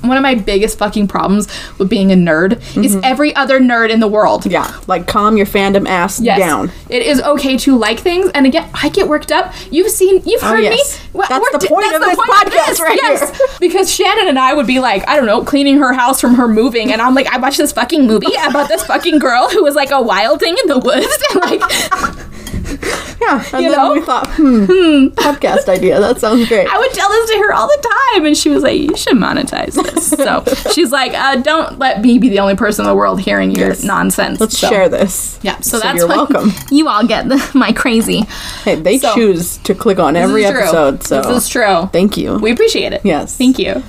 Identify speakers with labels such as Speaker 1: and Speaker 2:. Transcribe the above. Speaker 1: one of my biggest fucking problems with being a nerd is every other nerd in the world.
Speaker 2: Mm-hmm. Yeah, like calm your fandom ass
Speaker 1: Yes.
Speaker 2: down.
Speaker 1: It is okay to like things, and again, I get worked up. You've seen, you've heard
Speaker 2: Oh, yes.
Speaker 1: me. Well,
Speaker 2: That's
Speaker 1: we're
Speaker 2: the
Speaker 1: di-
Speaker 2: point
Speaker 1: that's
Speaker 2: of
Speaker 1: the
Speaker 2: this podcast right here.
Speaker 1: because Shannon and I would be like, I don't know, cleaning her house from her moving, and I'm like, I watched this fucking movie about this fucking girl who was like a wild thing in the woods, and like,
Speaker 2: Yeah, and
Speaker 1: You
Speaker 2: then
Speaker 1: know?
Speaker 2: we thought, hmm, podcast idea. That sounds great.
Speaker 1: I would tell this to her all the time, and she was like, "You should monetize this." So she's like, uh, "Don't let me be the only person in the world hearing your
Speaker 2: Yes.
Speaker 1: nonsense."
Speaker 2: Let's
Speaker 1: So-
Speaker 2: share this.
Speaker 1: Yeah, so,
Speaker 2: So
Speaker 1: that's
Speaker 2: you're
Speaker 1: why
Speaker 2: welcome.
Speaker 1: You all get the, my crazy.
Speaker 2: Hey, they
Speaker 1: So-
Speaker 2: choose to click on
Speaker 1: This
Speaker 2: every
Speaker 1: is true.
Speaker 2: episode. So
Speaker 1: this is true.
Speaker 2: Thank you.
Speaker 1: we appreciate it.
Speaker 2: Yes.
Speaker 1: thank you.